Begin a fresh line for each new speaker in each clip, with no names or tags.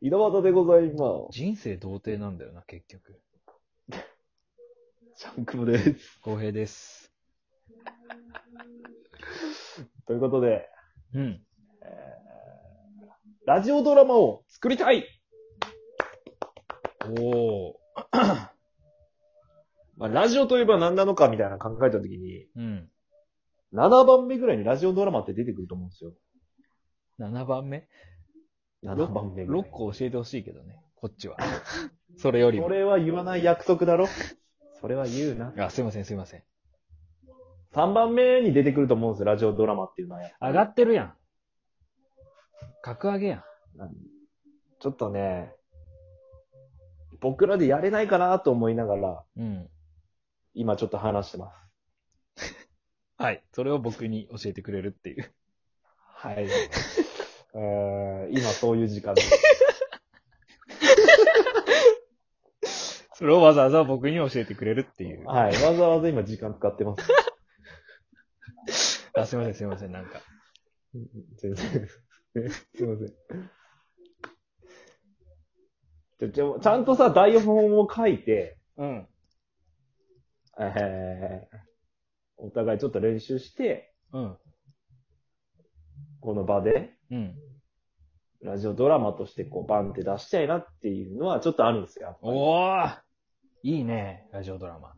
井戸端でございま
人生童貞なんだよな、結局。
す。シャンクムです。
公平です。
ということで、
うん。
ラジオドラマを作りたい
おー。
まあ、ラジオといえば何なのかみたいな考えたときに、
うん。
7番目ぐらいにラジオドラマって出てくると思うんですよ。
7番目
7番目ぐらい。
?6 個教えてほしいけどね、こっ ちは。それより
そ
も。
れは言わない約束だろそれは言うな。
あ、すいません、すいません。
3番目に出てくると思うんですよ、ラジオドラマっていうのは。
上がってるやん。格上げやん。
ちょっとね、僕らでやれないかなと思いながら、
うん。
今ちょっと話してます。
はい。それを僕に教えてくれるっていう。
はい。 えー、今そういう時間です。
それをわざわざ僕に教えてくれるっていう。
はい。わざわざ今時間使ってます。
あ、すいません、すいません、なんか。
全然。 すいません。ちょ、ちょ、ちゃんとさ、台本を書いて、
うん。
えー、お互いちょっと練習して、
うん。
この場で、
うん。
ラジオドラマとしてこう、バンって出したいなっていうのはちょっとあるんですよ。
おーいいね、ラジオドラマ。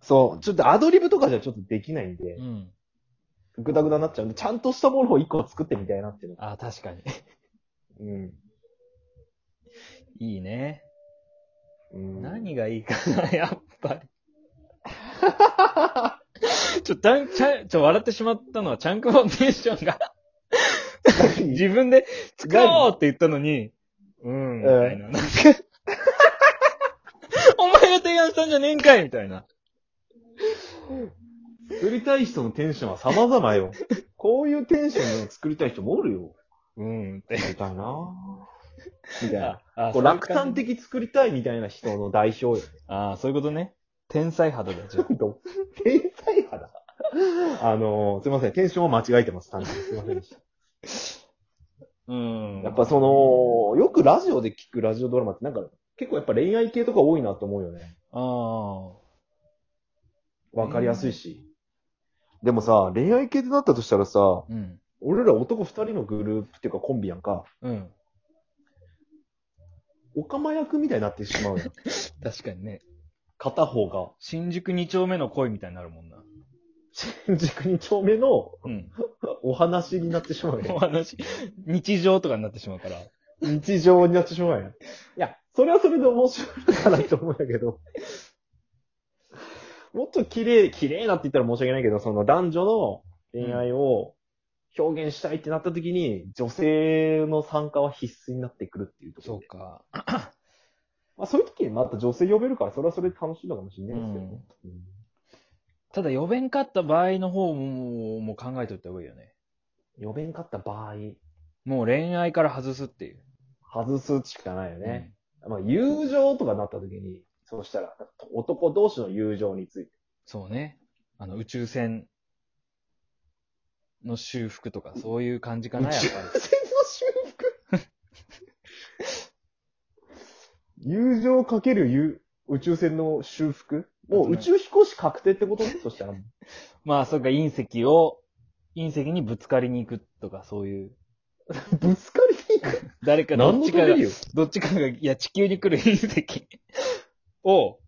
そう。ちょっとアドリブとかじゃちょっとできないんで
う、ん。
グダグダになっちゃうんで、ちゃんとしたものを一個作ってみたいなっていうの。
あ、確かに。
うん。
いいね。
うん、
何がいいかな、やっぱり。 ちょ、だん、ちゃ、ちょ、笑ってしまったのは、チャンクファンデーションが、
何
自分で作ろうって言ったのに、うん、みたいな。なんかお前が提案したんじゃねえんかいみたいな。
作りたい人のテンションは様々 よ。こういうテンションを作りたい人もおるよ。
うん、って。
みたいなみたいな。
あ
こう落胆。
そういう感じ
的作りたいみたいな人の代表よ。
あそういうことね。天才肌だ、じゃあ。
天才派だ。あのーすいません。テンションを間違えてます。単純にすいませんでした。
うん。
やっぱその、よくラジオで聞くラジオドラマってなんか、結構やっぱ恋愛系とか多いなと思うよね。
あ
わかりやすいし。でもさ、恋愛系ってなったとしたらさ、
あ。うん。
俺ら男二人のグループっていうかコンビやんか、
うん。
オカマ役みたいになってしまうやん。
確かにね。
片方が、
新宿二丁目の恋みたいになるもんな。
新宿二丁目の
うん。
お話になってしまうや
お話、日常とかになってしまうから。
ん。日常になってしまうやん。いや、それはそれで面白いかなと思うんだけど。 もっと綺麗、綺麗なって言ったら申し訳ないけど、その男女の恋愛を表現したいってなった時に、女性の参加は必須になってくるっていうところで。
そうか。
まあ、そういう時にまた女性呼べるから、それはそれで楽しいのかもしれないですけどね。うん
ただ、呼べんかった場合の方も、もう考えといた方がいいよね。
呼べんかった場合、
もう恋愛から外すっていう。
外すしかないよね。まあ、友情とかなった時に、そうしたら、男同士の友情について。
そうね。あの、宇宙船の修復とか、そういう感じかな、やっぱり。
の修復友情かけるゆ宇宙船の修復もう宇宙飛行士確定ってことそしたら。
まあ、そうか、隕石を、隕石にぶつかりに行くとか、そういう。
ぶつかりに行く
誰か、どっちかが
何のためによ、
どっちかが、いや、地球に来る隕石を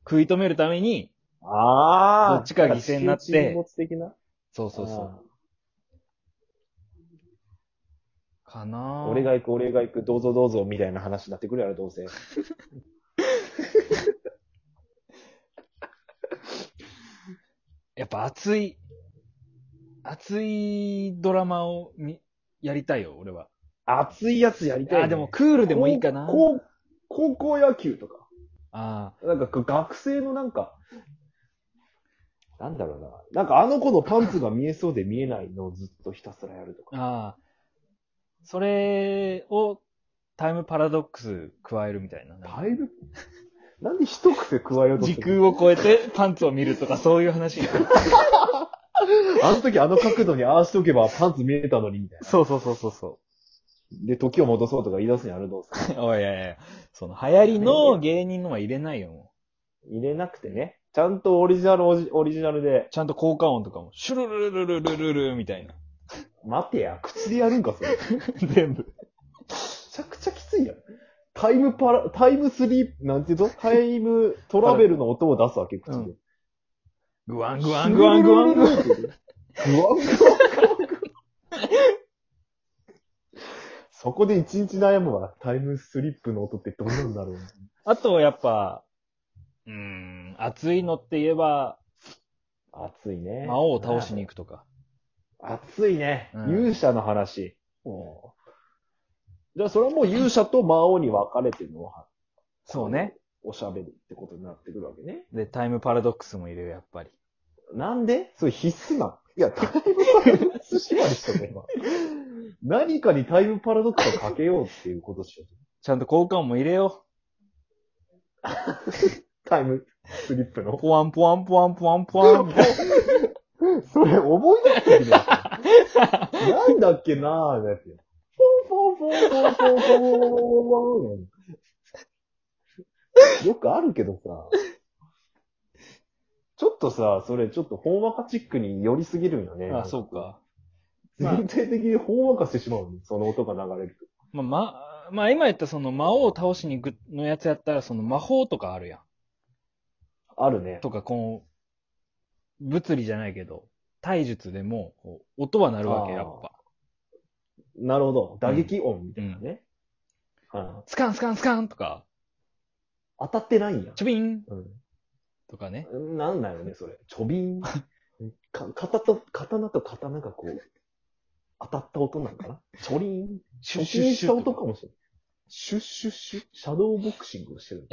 食い止めるために、
ああ
どっちかが犠牲になって
沈没的な
そうそうそう。かな
あ
ぁ
ー俺が行く、俺が行く、どうぞどうぞ、みたいな話になってくるやろ、どうせ。
やっぱ熱い、熱いドラマをみやりたいよ、俺は。
熱いやつやりたい、ね。
あ、でもクールでもいいかな。
高校高校野球とか。
あ
なんかこう学生のなんか、なんだろうな。なんかあの子のパンツが見えそうで見えないのをずっとひたすらやると
あ、
か。
ああ。それをタイムパラドックス加えるみたいな。
だいぶ、なんで一癖加えようとし
時
て
空を超えてパンツを見るとかそういう話。
あの時あの角度にああしとけばパンツ見えたのに、みたいな。
そうそうそうそうそ
で、時を戻そうとか言い出すにあれどうする
おいやいや、その流行りの芸人のは入れないよ、も
入れなくてね。ちゃんとオリジナルオジオリジナルで
う。、ちゃんと効果音とかも、シュルルルルルルルルみたいな。
待てや、口でやるんか、それ。め
全部。
ちゃくちゃきついやん。タイムパラ、タイムスリープ、なんていうのタイムトラベルの音を出すわけ、口で。
うんグワングワングワングワングワ
ン。グワ
ン。
ングワン そこで一日悩むわ。タイムスリップの音ってどんなんだろう。
あと、やっぱ、うーん、熱いのって言えば、
暑いね。
魔王を倒しに行くとか。
熱いね。
うん
勇者の話。じゃあ、それはもう勇者と魔王に分かれてるのは、
そうね。
おしゃべりってことになってくるわけね。
で、タイムパラドックスも入れる、やっぱり。
なんでそれ必須なのいや、タイムパラドックス縛りしたね、 今。何かにタイムパラドックスをかけようっていうことしよう。
ちゃんと効果音も入れよ
タイムスリップ
う。
の。
ポワンポワンポワンポワンポワン。
それ思い出してるやつなんだっけなぁ、だって。ポンポンポンポンポンポンポンポンポン。よくあるけどさ。ちょっとさ、それちょっとほんわかチックに寄りすぎるんよね。
あ、そうか。まあ
全体的にほんわかしてしまうの、その音が流れると。
まあ、まあ、まあ、今言ったその魔王を倒しに行くのやつやったら、その魔法とかあるやん。
あるね。
とか、こう、物理じゃないけど、体術でも、こう音は鳴るわけ、
あー
やっぱ。
なるほど。打撃音みたいなね。うん
スカンスカンスカンとか、
当たってないんや。
チョビン
う
とかね。
ん。なんだよね、それ。ちょびん。 か、刀と、刀と刀がこう、当たった音なんかなチョリーン。
シ
貯金した音かもしれない。シュッシュッシュッシャドーボクシングをしてる。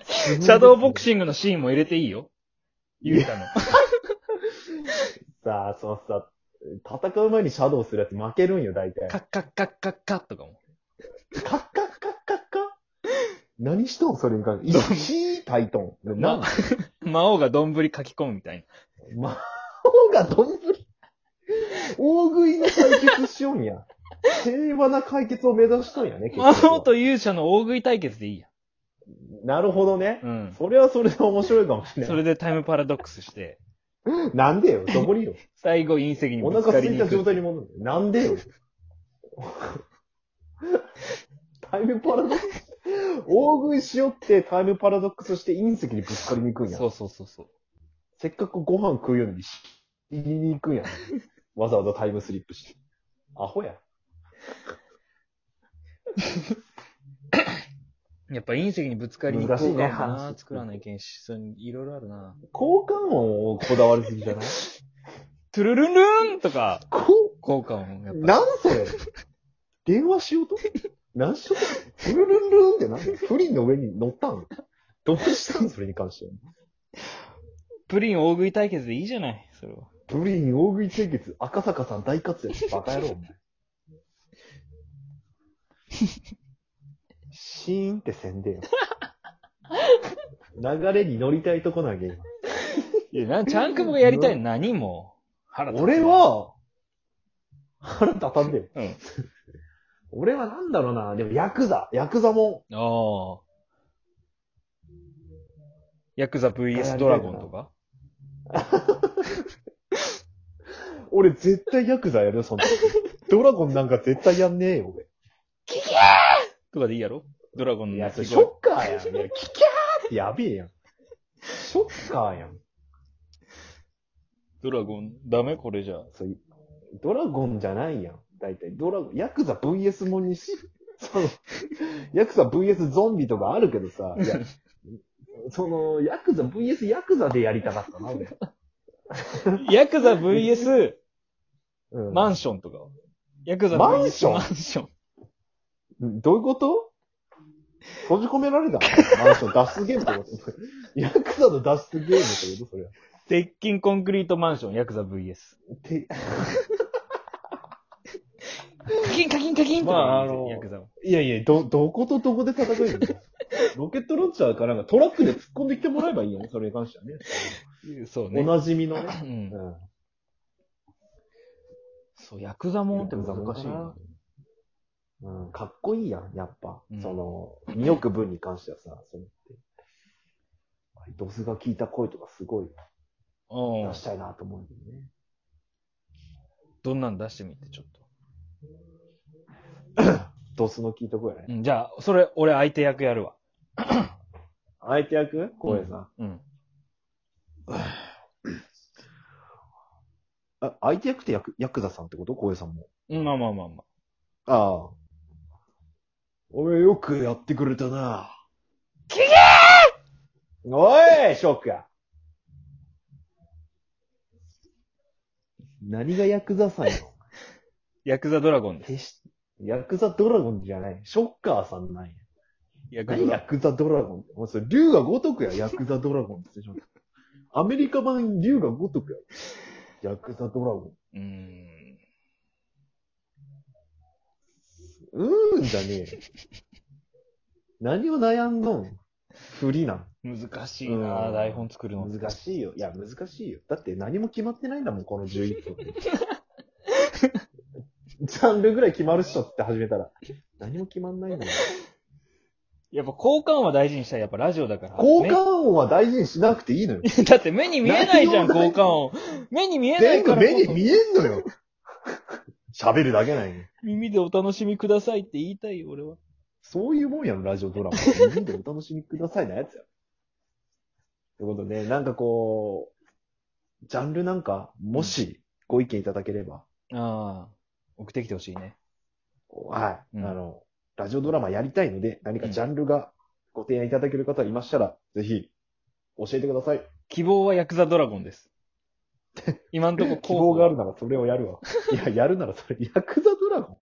シャドーボク
ン
シングのシーンも入れていいよ。ゆうたの。
グ。さあ、そうさ、戦う前にシャドウするやつ負けるんよ、大体。
カ
カッ
ッカッカッカッカッとかも。
カッカッカッカッカ何しとんそれに関して。石タイトン。な
ま、魔王がどんぶり書き込むみたい
魔王がどんぶり。大食いの解決しようん や。平和な解決を目指したんやね、
な。魔王
局は
と勇者の大食い対決でいいや。
なるほどね
う。ん。
それはそれで面白いかもしれ
そ
ない。
れでタイムパラドックスして、
なんでよ、どこ によ。
最後隕石に
お
ぶつ
腹
か
空
りに
い
行
た
く
状態に戻る。なんでよ。 タイムパラドックス。大食いしよってタイムパラドックスして隕石にぶつかりに行くんや
そ。うそうそうそう。
せっかくご飯食うようにし、言いに行くん や。わざわざタイムスリップして。アホや。
やっぱ隕石にぶつかりに行
難しい
こう
ね
かもな
話
作らないけんし、そういろいろあるな。
交換音をこだわりすぎじゃない
トゥルルンルンとか、
こ
効果音やっぱ。
なんそれ電話しようと何しようとルルンルンって何プリンの上に乗ったんどうしたんそれに関しては。
プリン大食い対決でいいじゃない、それは。
プリン大食い清潔、赤坂さん大活躍。バカ野郎、お前。シーンってせ んでよ。流れに乗りたいとこなげ、今。
いや、なん、ちゃんくぼがやりたいの何も。腹立つ
俺、は、腹立たんでよ。
うん。
俺はなんだろうな。でも、ヤクザ。ヤクザも、
ああ。ヤクザ VS ドラゴンとか
俺絶対ヤクザやるよ、そんな。 ドラゴンなんか絶対やんねえよ、
とかでいいやろドラゴン
俺。
の
い
鳴
や、それ
き声
ショッカーやん。いや、キキャーってやべえやん。ショッカーやん。
ドラゴン、ダメこれじゃ。
そうドラゴンじゃないやん。大体、ドラゴン、ヤクザ VS もんに し、その、ヤクザ VS ゾンビとかあるけどさ、 いや、その、ヤクザ VS ヤクザでやりたかったな、俺。
ヤクザ VS
うん、
マンションとか。ヤクザ VS
マンション
マンション。
どういうこと閉じ込められたのマンション脱出ゲームってことヤクザの脱出ゲームってことそれは。
鉄筋コンクリートマンション、ヤクザ VS。
て
カキンカキンカキン
まああの
ヤクザは。
いやいや、ど、どことどこで戦えるのロケットロンチャーかなんかトラックで突っ込んできてもらえばいいよね、それに関してはね。
そうね。
おなじみのね。
うん
うん
そう、ヤクザもんって難
ヤク
し
ザ
い
もん
な
か。なうん、かっこいいやん、やっぱ。
うん
その、2億分に関してはさ、それって。ドスが聞いた声とかすごい
うん
出。したいなと思うんだよね。
どんなん出してみて、ちょっ
ドスの聞いた声ね。
と。うん、じゃあ、それ、俺相手役やるわ。
相手役声さ、
うん。
ん、あ、相手役ってヤクヤクザさんってこと声さんも。
うんまあまあまあまあ。
ああ。おめえよくやってくれたな。きげーおい、ショックや。何がヤクザさんよ。
ヤクザドラゴンです。
決しヤクザドラゴンじゃない。ショッカーさんなんや。
ヤクザ
何
ド
ヤ
ラ
クザドラゴンお前それ、竜が如くや、ヤクザドラゴンって言ってしまった。アメリカ版竜が如くや。ヤクザドラゴ
ゴン。うーん。
ン。うーんじゃねえよ。何を悩んどん不利なん。
難しい
う
なぁ、
ん
台本作るの。
難しいよ。いや、難しいよ。だって何も決まってないんだもん、この11分。 ジャンルぐらい決まるっしょって始めたら。何も決まんないんだよ。
やっぱ交換は大事にしたい。やっぱラジオだか ら。
効果音は大事にしなくていいのよ。
ね だって目に見えないじゃん、
内容
交換音。目に見えない
全
か
部
らこ
目に
そ。
見えんの よ。喋るだけない
耳でお楽しみくださいって言いたいよ、俺は。
そういうもんやろ、ラジオドラマ。耳でお楽しみくださいなやつや。ということで、なんかこう、ジャンルなんか、もしご意見いただければ、
ああ。送ってきてほしいね。
はい、
うん
あの、ラジオドラマやりたいので、何かジャンルがご提案いただける方いましたら、ぜひ、教えてください。
希望はヤクザドラゴン です。今んとこ
希望があ
る。
るならそれをやるわ。いや、やるならそれ、ヤクザドラゴン